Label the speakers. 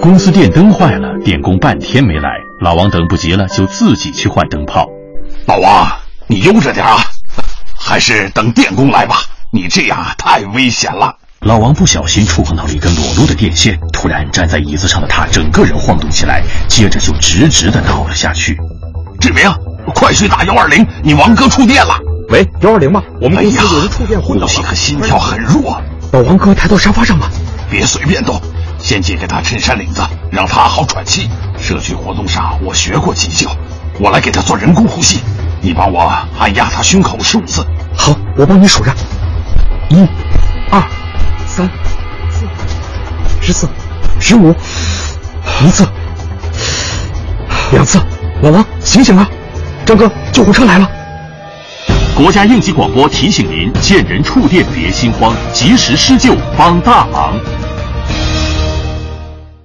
Speaker 1: 公司电灯坏了，电工半天没来，老王等不及了，就自己去换灯泡。
Speaker 2: 老王，你悠着点啊，还是等电工来吧，你这样太危险了。
Speaker 1: 老王不小心触碰到了一根裸露的电线，突然站在椅子上的他整个人晃动起来，接着就直直的倒了下去。
Speaker 2: 志明，快去打幺二零，你王哥触电了。
Speaker 3: 喂，幺二零吗？我们
Speaker 2: 哎
Speaker 3: 公
Speaker 2: 呀
Speaker 3: 司有人触电，昏倒
Speaker 2: 呼吸
Speaker 3: 了。哎
Speaker 2: 和心跳很弱，
Speaker 3: 老王哥抬到沙发上吧。
Speaker 2: 别随便动，先解给他衬衫领子，让他好喘气。社区活动上我学过急救，我来给他做人工呼吸，你帮我按压他胸口十五次。
Speaker 3: 好，我帮你数着，一、二、三、四、十四、十五，一次，两次。老王，醒醒啊！张哥，救护车来了！
Speaker 1: 国家应急广播提醒您：见人触电别心慌，及时施救帮大忙。